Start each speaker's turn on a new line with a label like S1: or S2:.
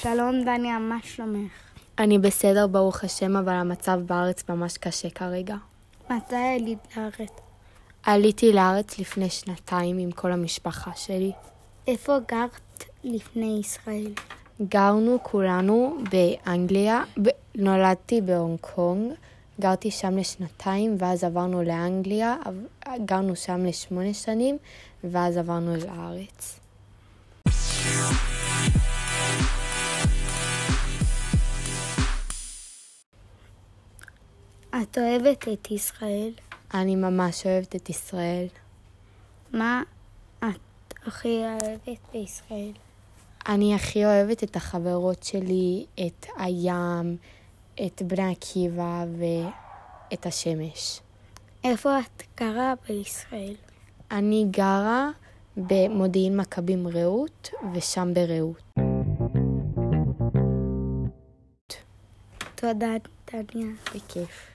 S1: שלום דניה, מה שלומך?
S2: אני בסדר, ברוך השם, אבל המצב בארץ ממש קשה כרגע.
S1: מתי עלית לארץ?
S2: עליתי לארץ לפני שנתיים עם כל המשפחה שלי.
S1: איפה גרת לפני ישראל?
S2: גרנו כולנו באנגליה, ב... נולדתי בהונג קונג, גרתי שם לשנתיים, ואז עברנו לאנגליה, עב- גרנו שם לשמונה שנים, ואז עברנו לארץ.
S1: את אוהבת את ישראל?
S2: אני ממש אוהבת את ישראל.
S1: מה את הכי אוהבת בישראל?
S2: אני הכי אוהבת את החברות שלי, את הים, את בני עקיבא ואת השמש.
S1: איפה את גרה בישראל?
S2: אני גרה במודיעין מכבים רעות, ושם ברעות.
S1: תודה, דניה.
S2: בכיף.